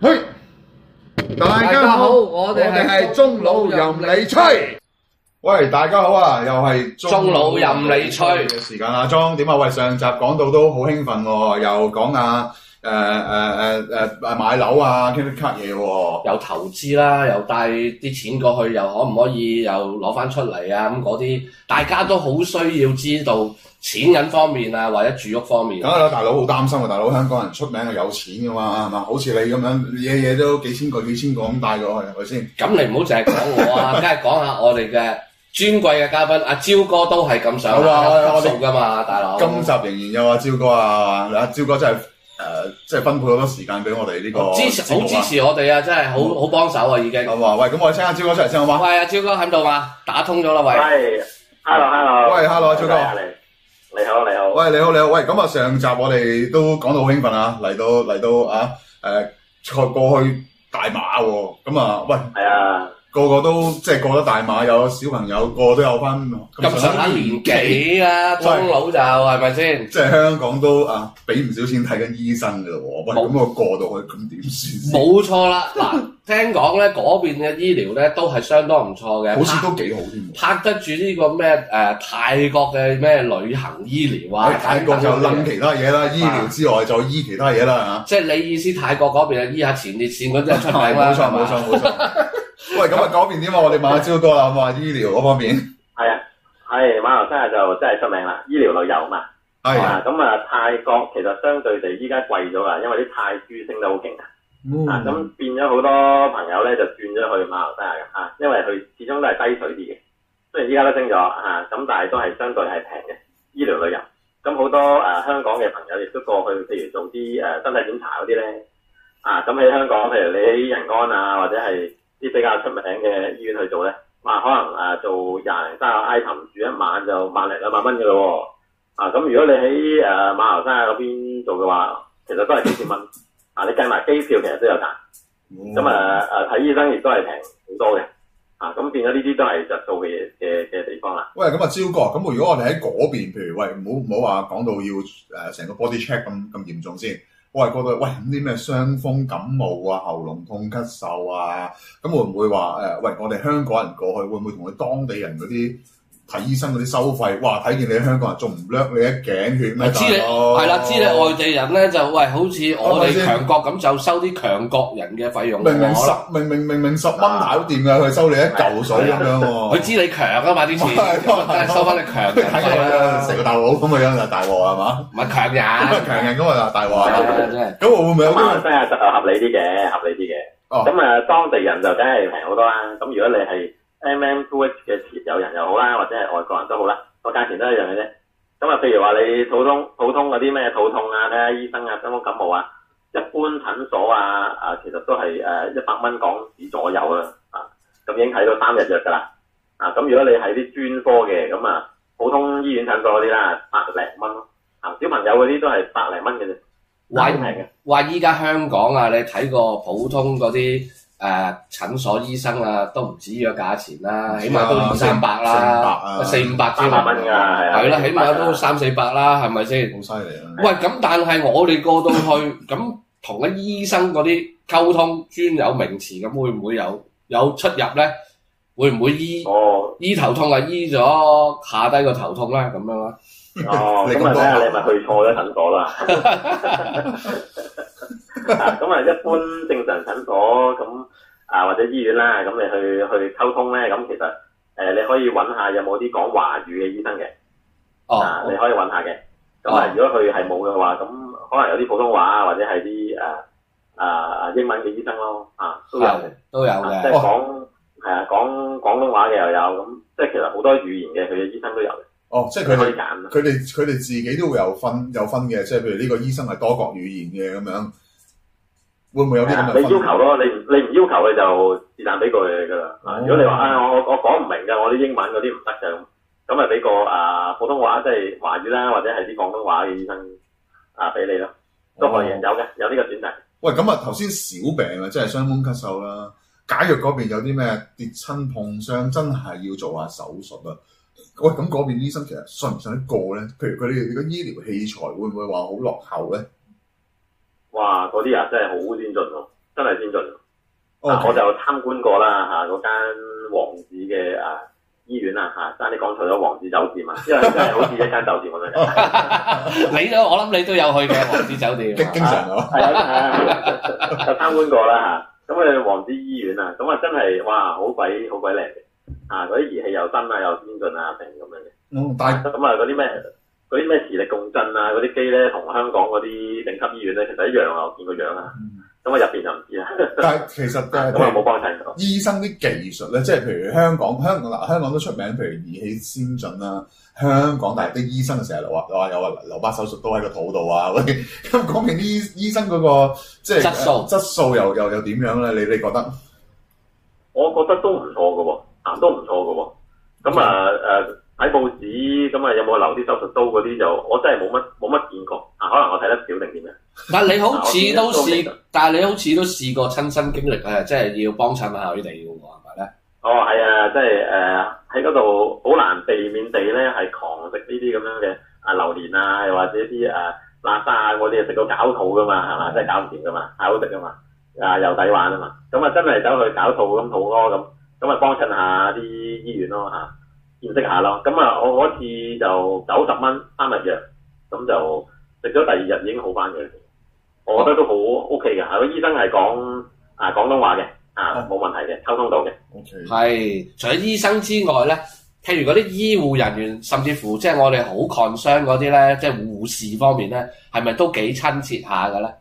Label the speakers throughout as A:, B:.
A: 嘿，大家好，
B: 我哋係
A: 係中佬任你吹。喂，大家好啊，又係
B: 中佬任你吹
A: 嘅時間啊，莊點啊？喂，上集講到都好興奮喎，又講啊誒誒誒誒買樓啊，傾啲 cut 嘢喎。
B: 有投資啦，又帶啲錢過去，又可唔可以又攞翻出嚟啊？咁嗰啲大家都好需要知道錢銀方面啊，或者住屋方面
A: 梗。係啦，大佬好擔心啊！大佬香港人出名係有錢噶啊嘛，係嘛？好似你咁樣，嘢嘢都幾千個幾千個咁帶過去，係咪先？
B: 咁你唔好淨係講 我啊，梗係講下我哋嘅尊貴嘅嘉賓阿招哥都係咁上
A: 好啊
B: 下
A: 我哋
B: 級數噶嘛，大佬。
A: 今集仍然有阿招哥啊，阿招哥真係誒，呃即係分配好多時間俾我哋呢個
B: 支持
A: 節目
B: 好
A: 啊
B: 支持我哋啊，真係好好幫手啊，已經。
A: 嗯好啊嘛？喂，咁我哋請阿招哥出嚟先好嘛？
B: 喂，阿招哥喺度嘛？打通咗啦，喂。
C: 係，hello hello，
A: 喂，hello，朱哥
C: 你好你好，
A: 喂，你好，你好，喂，咁啊，上集我哋都講到好興奮啊，嚟到嚟到啊，誒、過過去大馬喎、咁啊，喂，
C: 係啊，
A: 個個都即係過咗大馬，有小朋友，個個都有翻
B: 咁上下年，紀
A: 啊
B: 啦，中老就係咪先？
A: 即係香港都啊，俾唔少錢睇緊醫生噶咯喎，喂，
B: 冇
A: 咁我過到去咁點算先？
B: 冇錯啦， 嗱，聽講咧嗰邊嘅醫療咧都係相當唔錯嘅，
A: 好似都幾好添喎。
B: 拍拍得住呢個咩誒、呃泰國嘅咩旅行醫療啊
A: 喺，泰國就諗其他嘢啦，醫療之外就醫其他嘢啦
B: 即係你意思泰國嗰邊啊係醫下前列腺嗰啲人出
A: 嚇。
B: 名
A: 係 冇
B: 啦，
A: 錯
B: 係嘛
A: 冇錯冇錯。 喂，咁啊講邊點啊？我哋問下招哥啦，咁啊醫療嗰方面
C: 係啊，係馬來西亞就真係出名啦，醫療旅遊嘛，
A: 係啊
C: 啊咁啊泰國其實相對地依家貴咗啦，因為啲泰銖升得好勁啊，啊
A: 嗯
C: 咁變咗好多朋友咧就轉咗去馬來西亞嘅啊，因為佢始終都係低水啲嘅，雖然依家都升咗啊，咁但係都係相對係平嘅醫療旅遊。咁好多誒、呃香港嘅朋友亦都過去，譬如做啲誒、呃身體檢查嗰啲咧，啊咁喺香港，譬如你喺仁安啊，或者係啲比較出名嘅醫院去做咧，哇、可能誒、呃做廿零三個 item 住一晚就萬零兩萬蚊嘅咯喎，啊咁如果你喺誒、呃、馬來西亞嗰邊做嘅話，其實都係幾千蚊，啊你計埋機票其實都有賺，
A: 嗯
C: 咁啊誒睇醫生亦都係平好多嘅，啊咁變咗呢啲都係着數嘅嘢嘅嘅地方啦。
A: 喂，咁啊，招哥，咁如果我哋喺嗰邊，譬如喂，唔好唔好話講到要誒成、個 body check 咁咁嚴重先，我係覺得喂，咁啲咩傷風感冒啊、喉嚨痛、咳嗽啊，咁會唔會話誒、喂，我哋香港人過去會唔會同佢當地人嗰啲睇醫生嗰啲收費？哇，睇見你香港人仲唔掠你一頸血咩？
B: 知你
A: 大佬
B: 係啦，知你外地人咧就喂，好似
A: 係
B: 我
A: 咪
B: 哋
A: 先
B: 強國咁就收啲強國人嘅費用
A: 明明十
B: 我
A: 明明明明十蚊大佬掂㗎，佢收你一嚿水咁樣
B: 佢
A: 喎。
B: 知你強啊嘛啲錢，
A: 係啊
B: 咁啊梗係收啊翻你強
A: 睇
B: 人費
A: 佢成
B: 啦，
A: 個大佬咁嘅樣就大鑊係嘛？
B: 唔係 強人，
A: 強人咁啊大鑊係
B: 係
A: 嘛
B: 啊真係。
A: 咁我會唔會有啲
C: 馬
B: 啊
C: 來西亞就啊合理啲嘅，合理啲嘅。
A: 哦
C: 咁啊、當地人就梗係平好多啦。咁如果你係 MM2H 嘅持有人又好啦，或者係外國人都好啦，個價錢都一樣嘅啫。咁啊，譬如話你肚痛、普通嗰啲咩肚痛啊，睇下醫生啊、傷風感冒啊，一般診所啊，啊其實都係誒一百蚊港紙左右啦。啊，咁已經睇到三日藥㗎啦。啊，咁如果你係啲專科嘅，咁啊普通醫院診所嗰啲啦，百零蚊咯。啊，小朋友嗰啲都係百零蚊嘅啫，
B: 哇
C: 好平嘅。
B: 話依家香港啊，你睇個普通嗰啲誒診所醫生啊，都唔止呢個價錢啦，起碼都二三百啦，
A: 啊
B: 啊
A: 四
B: 四
A: 五啊
B: 五百
C: 三
B: 之
C: 百
B: 內，
C: 蚊㗎，係啊，
B: 係啦，起碼都三四百啦，係咪先？
A: 好犀利啊！
B: 喂，咁但係我哋過到去，咁 同啲醫生嗰啲溝通專有名詞，咁會唔會有有出入咧？會唔會醫
C: 哦
B: 醫頭痛啊？醫咗下低個頭痛啦，咁樣啊啦。
C: 哦，
A: 你咁
C: 咁啊睇
A: 講
C: 下你咪去錯咗診所啦。啊咁啊，一般正常診所咁啊或者醫院啦，咁你去去溝通咧，咁其實誒、呃你可以揾下有冇啲講華語嘅醫生嘅，啊
B: 哦
C: 你，可以揾下嘅。咁啊
B: 哦，
C: 如果佢係冇嘅話，咁可能有啲普通話或者係啲誒啊英文嘅醫生咯，啊都有嘅。
B: 係都有
C: 啊
B: 嘅
C: 即係。講係啊講廣東話嘅又有，咁即係其實好多語言嘅佢嘅醫生都有，
A: 哦，即係佢
C: 可以
A: 哋
C: 揀啊。
A: 佢哋佢哋自己都會有分有分嘅，即係譬如呢個醫生係多國語言嘅咁樣，會唔會有啲
C: 係啊
A: 咁嘅分？
C: 你要求咯，你唔你唔要求你就是但俾個你噶啦。
A: 哦
C: 啊如果你話啊，我我我講唔明㗎，我啲英文嗰啲唔得嘅咁，咁咪俾個啊普通話即係華語啦，或者係啲廣東話嘅醫生啊俾你咯，都可以有
A: 哦
C: 嘅，有呢個選擇。
A: 喂，咁啊頭先小病啊，即係傷風咳嗽啦。假若嗰邊有啲咩跌親碰傷，真係要做下手術啊！喂，咁嗰邊醫生其實信唔信得過咧？譬如佢哋個醫療器材會唔會話好落後咧？
C: 哇！嗰啲啊真係好先進喎，真係先進。啊我就
A: OK，
C: 參觀過啦嚇，嗰間王子嘅啊醫院啊嚇，爭啲講錯咗王子酒店啊， 因為真係好似一間酒店咁樣嘅。
B: 你都我諗你都有去嘅王子酒店。
A: 經經常有。
C: 係啊， 就參觀過啦嚇。咁佢王子醫院啊，咁啊真係哇，好鬼好鬼靚嘅啊！嗰啲儀器又新啊，又先進啊，成咁樣嘅。
A: 嗯，但係
C: 咁啊，嗰啲咩嗰啲咩磁力共振啊，嗰啲機咧，同香港嗰啲頂級醫院咧，其實一樣啊，我見個樣啊。咁啊，入邊就唔知啦，
A: 但係其實誒，
C: 咁啊
A: 譬如
C: 冇幫襯到。
A: 醫生啲技術咧，即係譬如香港，香港嗱，香港都出名，譬如儀器先進啦。香港但係啲醫生就成日話話有話留疤手術都喺個肚度啊，嗰啲 咁講明醫醫生嗰、個即係
B: 質素
A: 呃質素又又又點樣咧？你你覺得？
C: 我覺得都唔錯嘅喎，啊都唔錯嘅喎。咁啊
B: 嗯
C: 誒睇報紙，咁啊有冇留啲手術刀嗰啲就我真係冇乜冇乜見過啊，可能我睇得少定點樣。啊
B: 但係你好似都
C: 我啊見
B: 試
C: 到，
B: 但係你好似都試過親身經歷啊，即係要幫襯下佢哋嘅喎，係咪咧？
C: 哦，係啊，即係誒喺嗰度好難避免地咧係狂食呢啲咁樣嘅啊榴蓮啊，又或者啲誒垃圾啊嗰啲，食到搞肚噶嘛，係嘛，真係搞唔掂噶嘛，太好食噶嘛，啊又抵玩啊嘛，咁啊真係走去搞肚咁肚屙咁，咁啊幫襯下啲醫院咯嚇，見識下咯，咁啊我嗰次就九十蚊三日藥，咁就食咗第二日已經好翻嘅，我覺得都好 OK 嘅，啊個醫生係講啊廣東話嘅，啊冇問題嘅，溝通到嘅。
A: O K，
B: 係，除咗醫生之外咧，譬如嗰啲醫護人員，甚至乎即係我哋好 concern 嗰啲咧，即係護士方面咧，係咪都幾親切下嘅咧？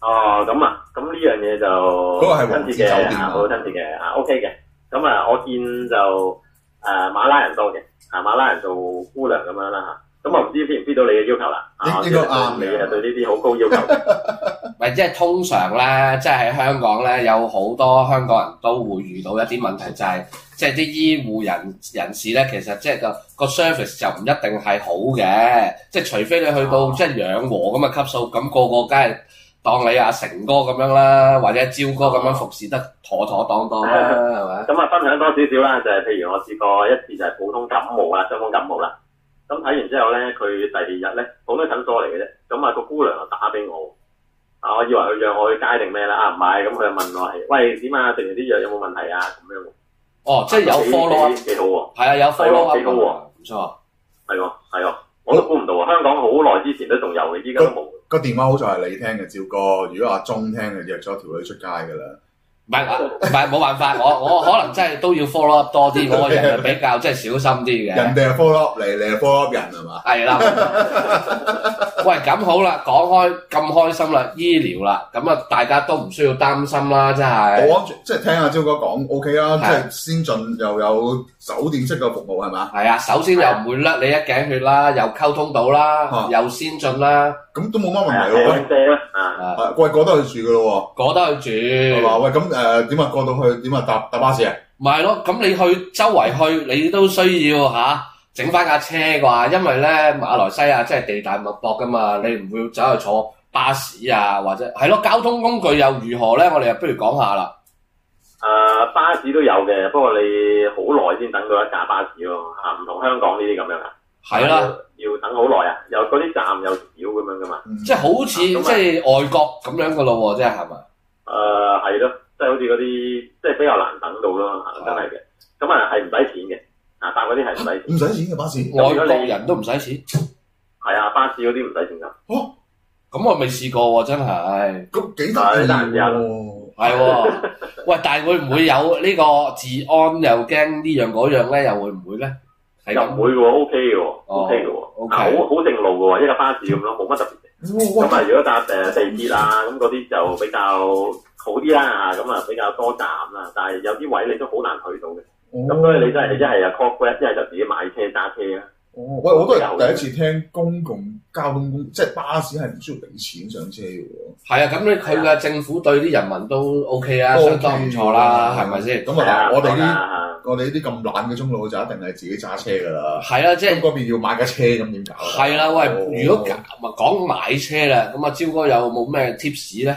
C: 哦，咁啊，咁呢樣嘢就嗰
A: 個係王子酒店啊
C: 好親切嘅啊，OK 嘅。咁啊，我見就誒、啊馬拉人多嘅，啊馬拉人做姑娘咁樣啦嚇。咁啊我唔知 fit 唔 fit 到你嘅要求啦。啊，
A: 應應該啱嘅
C: 你啊對呢啲好高要求。
B: 咪即係通常咧，即係喺香港咧，有好多香港人都會遇到一啲問題，就係、即係啲醫護人人士咧，其實即係個個 service 就唔一定係好嘅，即係除非你去到即係養和咁嘅級數，咁、個個梗係當你阿成哥咁樣啦，或者焦哥咁樣服侍得妥妥當當啦，係咪？
C: 咁啊，分享多少少啦，就係、譬如我試過一次就係呃普通感冒啦，傷風感冒啦。咁睇完之後咧，佢第二日咧，普通診所嚟嘅啫。咁啊，個姑娘就打俾我，啊，我以為佢約我去街定咩啦，啊唔係，咁佢就問我係，喂點啊，食完啲藥有冇問題啊？咁樣喎，
B: 哦，即係有
C: 幾
B: follow up，
C: 啊幾幾好喎，
B: 係啊，有 follow up，
C: 幾好喎
B: 唔錯。
C: 係喎，係喎，我都估唔到啊！香港好哦耐之前都仲有嘅，依家都冇。
A: 個電話好在係你聽嘅，照哥。如果阿鐘聽嘅，約咗條女出街㗎啦。
B: 唔係唔係冇辦法，我我可能真係都要 follow up 多啲，我個人就比較即係小心啲嘅。
A: 人哋係 follow up 你，你係 follow up 人係嘛？
B: 係啦。喂，咁好啦，講開咁開心啦，醫療啦，咁啊大家都唔需要擔心啦，真係。
A: 我即係聽阿招哥講 O K 啊，即
B: 係
A: 係先進又有酒店式嘅服務係嘛？
B: 係啊，首先又唔會甩你一頸血啦，又溝通到啦
A: 啊，
B: 又先進啦，
A: 咁都冇乜問
C: 係啊，
A: 題喎。喂
C: 靚姐啦，啊，
B: 啊，
A: 啊喂，過得去住㗎咯
B: 過得去
A: 喎。
B: 住
A: 係。
C: 嗯
A: 嘛？喂，咁誒點啊？過到去點啊？搭搭巴士啊？
B: 咪係咯，咁你去周圍去，你都需要吓整翻架車啩，因為咧馬來西亞真係地大物博噶嘛，你唔會走去坐巴士啊，或者係咯交通工具又如何咧？我哋又不如講下啦。
C: 誒啊巴士都有嘅，不過你好耐先等到一架巴士咯，嚇，唔同香港呢啲咁樣啊。
B: 係啦，，
C: 要等好耐啊，有嗰啲站有少咁樣噶嘛。
B: 即係好似即
C: 咁啊
B: 係外國咁樣噶咯喎，即係係咪？
C: 誒啊係咯，即係好似嗰啲即係比較難等到咯，嚇真係嘅。咁啊係唔使錢嘅，啊搭嗰啲係唔使
A: 唔
C: 錢，
A: 使錢嘅巴士。
C: 咁
B: 外
C: 如果你
B: 國人都唔使錢，
C: 係啊巴士嗰啲唔使錢㗎。
B: 咁我未試過喎，真係
A: 咁幾得意
C: 係得閒有
A: 喎！
B: 係 喎。喂，但係會唔會有呢個治安又驚呢樣嗰樣咧？又會唔會咧？係
C: 又
B: 咁哦
C: 唔會嘅喎，OK 嘅喎，OK 哦嘅喎，
B: OK
C: 啊好好正路嘅喎，一個巴士咁咯，冇乜特別嘅。咁
A: 哇
C: 啊，如果搭誒地鐵啊，咁嗰啲就比較好啲啦嚇，咁啊比較多站啦，但係有啲位你都好難
A: 哦
C: 去到嘅。
A: 喂
C: 咁所以你真係一係就 call grab，一係就自己買車揸車啊。
A: 哦，喂，我都係第一次聽公共交通工，即係巴士係唔需要俾錢上車嘅喎。
B: 係啊，咁你佢嘅政府對啲人民都 OK 啊，
A: 都
B: 相當唔錯啦，係咪先？
A: 咁
C: 係啊
A: 啊，嗱我哋
C: 係
A: 啲
C: 啊
A: 我哋呢啲咁懶嘅中老就一定係自己揸車㗎啦。
B: 係啊，即
A: 咁
B: 係
A: 嗰邊要買架車咁點搞啊？
B: 係啦，喂，如果
A: 哦
B: 咪講買車啦，咁啊，焦哥有冇咩 tips 咧？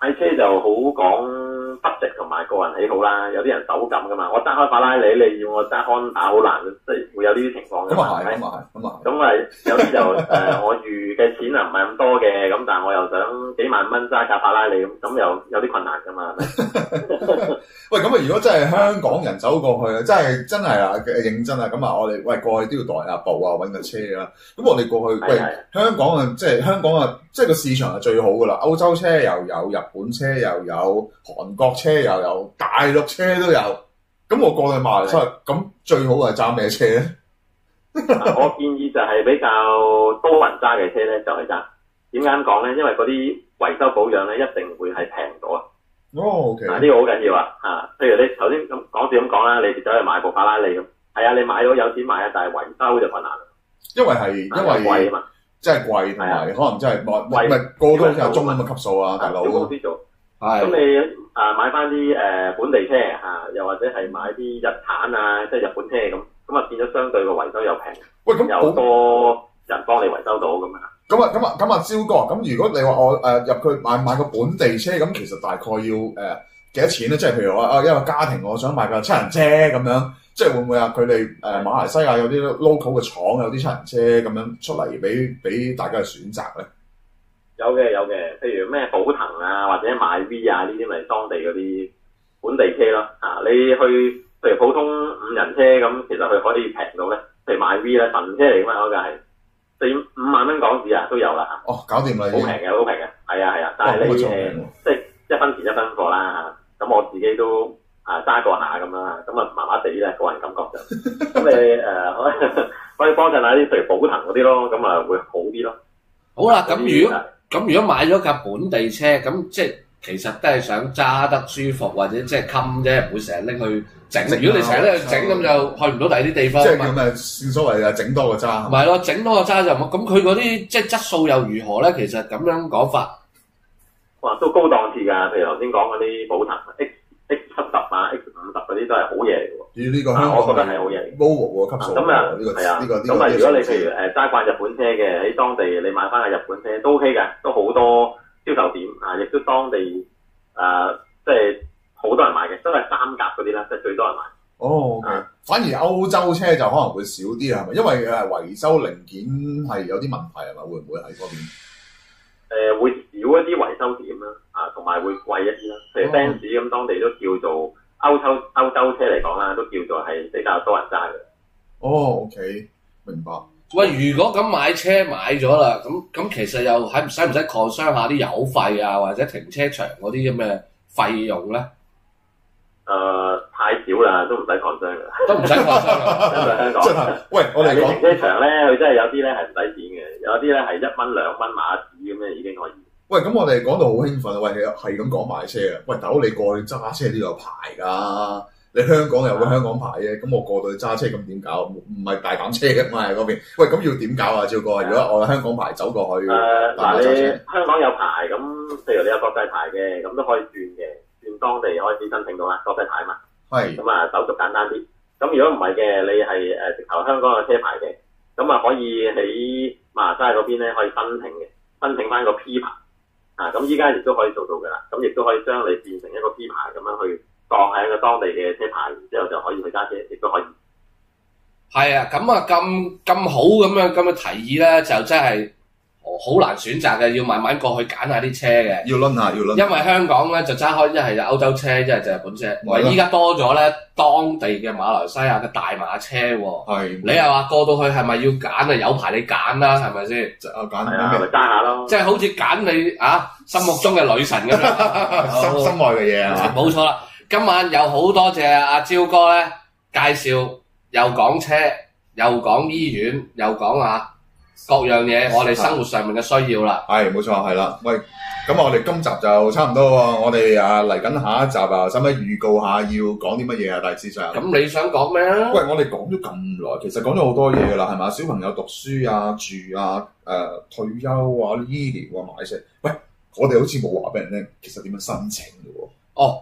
C: 買車就好講 budget 同埋個人喜好啦，有啲人手感噶嘛，我揸開法拉利，你要我揸康打好難，即係會有呢啲情況㗎
A: 咁
C: 嘛，
A: 啊
C: 係
A: 係，
C: 咪
A: 咁啊係，咁啊係。
C: 咁咪有啲就 誒、呃我預嘅錢啊唔係咁多嘅，咁但係我又想幾萬蚊揸架法拉利咁，咁又有啲困難㗎嘛，係咪？
A: 喂，咁啊，如果真係香港人走過去啊，真係真係啊，認真啊，咁啊，我哋喂過去都要代下步啊，揾個車啊。咁我哋過去
C: 係
A: 喂
C: 係
A: 香港啊，即係香港啊，即係個市場係最好噶啦。歐洲車又有，日本車又有，韓國車又有，大陸車都有。咁我過去馬來西亞，咁最好係揸咩車咧？
C: 嗱我建議就係比較多人揸嘅車咧，就係揸。點解咁講咧？因為嗰啲維修保養咧，一定會係平咗啊！
A: 哦，OK，
C: 嗱，呢個好緊要啊！啊，譬如你頭先咁講笑咁講啦，你哋走去買部法拉利咁，係啊，你買到有錢買啊，但係維修就困難啦，
A: 因為係因
C: 貴
A: 為
C: 啊嘛，
A: 真係貴，同埋可能真係唔係唔係個個都有中咁嘅級數啊，大佬
C: 小。公司做。
B: 係
C: 咁你啊買翻啲誒本地車嚇、啊又或者係買啲日產啊，即係日本車咁，咁啊變咗相對個維修又平，
A: 喂，咁
C: 又
A: 好
C: 多人幫你維修到咁啊。
A: 咁啊，咁啊，咁啊，焦哥，咁如果你話我誒、呃入去買買個本地車，咁其實大概要呃誒幾、多錢咧？即係譬如我啊，因為家庭我想買架七人車咁樣，即係會唔會啊？佢哋誒馬來西亞有啲 local 嘅廠有啲七人車咁樣出嚟俾俾大家去選擇咧？
C: 有嘅有嘅，譬如咩寶騰啊，或者買 V 啊呢啲咪當地嗰啲本地車咯。啊，你去譬如普通五人車咁，其實佢可以平到咧，譬如買 V 咧，神車嚟㗎嘛嗰架係四五萬蚊港紙啊都有啦，
A: 哦，搞掂啦已
C: 好
A: 經，
C: 平
A: 哇
C: 嘅好平嘅，係啊係啊，但
B: 哦
C: 係
A: 咁
C: 你
A: 啊仲
C: 誒
A: 平喎
C: 即係一分錢一分貨啦嚇。咁我自己都啊揸過下咁啦，咁啊麻麻地咧個人感覺 就咁你誒、可以可以幫襯下啲譬如寶騰嗰啲咯，咁啊會好啲咯。
B: 好啦，咁如
C: 嗰啲
B: 果咁如果買咗架本地車，咁即係其實都係想揸得舒服或者即係襟啫，唔會成日拎去整。
A: 整啊
B: 如果你成日拎去整，咁就去唔到第二啲地方
A: 即係
B: 嘛。
A: 咁啊，正所謂啊，整多個
B: 唔
A: 揸。
B: 係咯，整多個揸就冇。咁佢嗰啲即係質素又如何咧？其實咁樣講法，
C: 哇，都高檔次㗎，譬如頭先講嗰啲寶騰啊 X X 七十啊、X 五十嗰啲都係好嘢嚟喎。
A: 咦呢個香
C: 啊，
A: 港
C: 我覺得係好嘢嚟。
A: v o v o 嘅級數
C: 咁啊
A: 喎，呢個，
C: 係啊，
A: 呢個呢個
C: 咁啊，
A: 呢個
C: 如果你
A: 數字
C: 譬如誒揸慣日本車嘅，喺當地你買翻個日本車都 OK 㗎，都好多銷售點啊，亦都當地誒即係好多人買嘅，都係三甲嗰啲啦，即係最多人買。
A: 哦，OK，
C: 啊
A: 反而歐洲車就可能會少啲啦，係咪？因為誒維修零件係有啲問題係咪？會唔會喺嗰邊？
C: 誒、會少一啲維修點啦，啊，同埋會貴一啲啦。譬如
A: 哦
C: Benz 咁，當地都叫做歐洲歐洲車嚟講啦，都叫做係比較多人揸嘅。
A: 哦，OK，明白。
B: 喂，如果咁買車買咗啦，咁咁其實又喺唔使唔使 concern 下啲油費啊，或者停車場嗰啲咁嘅費用咧，
C: 誒、呃太少啦，都唔使講真㗎啦。
B: 都唔使 concern 啊。
C: 真係香港，
A: 真係，喂，我哋
C: 你
A: 講
C: 停，車場咧，佢真係有啲咧係唔使錢嘅，有啲咧係一蚊兩蚊馬紙咁樣已經可以。
A: 喂，咁我哋講到好興奮啊！喂，係咁講買車啊！喂，大佬你過去揸車都有牌㗎，你香港有個香港牌啫，咁我過到去揸車咁點搞？唔唔係大膽車㗎嘛喺嗰邊，喂，咁要點搞啊？照哥，如果我香港牌走過去
C: 誒、，嗱、
A: 大馬揸
C: 你
A: 車
C: 香港有牌咁，譬如你有國際牌嘅，咁都可以轉嘅，轉當地開始申請到啦，國際牌嘛。
A: 係
C: 咁啊手續簡單啲。咁如果唔係嘅，你係誒直頭香港嘅車牌嘅，咁啊可以喺馬來西亞嗰邊咧可以申請嘅，申請翻個 P 牌啊。咁依家亦都可以做到㗎啦，咁亦都可以將你變成一個 P 牌咁樣去當係一個當地嘅車牌，然之後就可以去揸車，亦都可以。
B: 係啊，咁啊咁咁好咁樣咁嘅提議咧，就真係哦好難選擇嘅，要慢慢過去揀下啲車嘅。
A: 要攆下，啊要攆
B: 因為香港咧就揸開一係就歐洲車，一係就日本車。
A: 係咯
B: 喂，依家多咗咧當地嘅馬來西亞嘅大馬車喎。
A: 係
B: 你啊又話過到去係咪要揀啊？有排你揀啦，係咪先？
A: 就啊
C: 係啊，
A: 揀
C: 咪
A: 咩？
C: 揸下咯。
B: 即係好似揀你啊心目中嘅女神咁樣。
A: 心
B: 好
A: 心愛嘅嘢啊係嘛？
B: 冇錯啦，今晚有好多謝阿蕉哥咧介紹，又講車，又講醫院，又講下各樣嘢，我哋生活上面嘅需要啦。
A: 係冇錯，係啦。喂，咁我哋今集就差唔多喎。我哋啊嚟緊下一集啊，使唔使預告下要講啲乜嘢啊？大致上。
B: 咁你想講咩啊？
A: 喂，我哋講咗咁耐，其實講咗好多嘢噶啦，係嘛？小朋友讀書啊、住啊、誒、退休啊、醫療啊、買車，喂，我哋好似冇話俾人聽，其實點樣申請嘅喎？
B: 哦，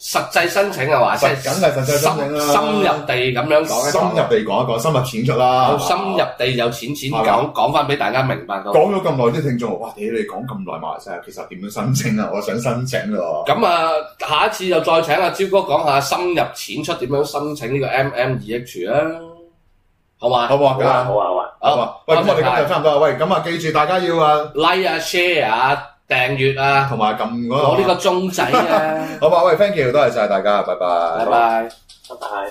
B: 實際申請嘅話，即
A: 實
B: 係
A: 梗係實際申請啦
B: 深深入地咁樣講一
A: 深入
B: 講，
A: 地講一講，深入淺出啦。
B: 好深入地有淺
A: 係
B: 淺
A: 嘛
B: 講講翻俾大家明白到。
A: 講咗咁耐，啲聽眾話：哇！屌你講咁耐馬來西亞，其實點樣申請啊？我想申請咯。
B: 咁啊，下一次就再請阿招哥講下深入淺出點樣申請呢個 MM 二 H 啊，好嘛？
A: 好唔好
C: 好啊，
A: 啊？
C: 好啊，好啊，
A: 好啊！喂，咁我哋今日差唔多啦。喂，咁啊，記住大家要啊，
B: like 啊、share 啊、訂閱啊、
A: 同埋撳嗰
B: 攞呢
A: 個。
B: 個鐘仔啊，
A: 好嘛，喂，thank you，多謝晒大家，拜拜
B: 拜拜。
C: 拜拜。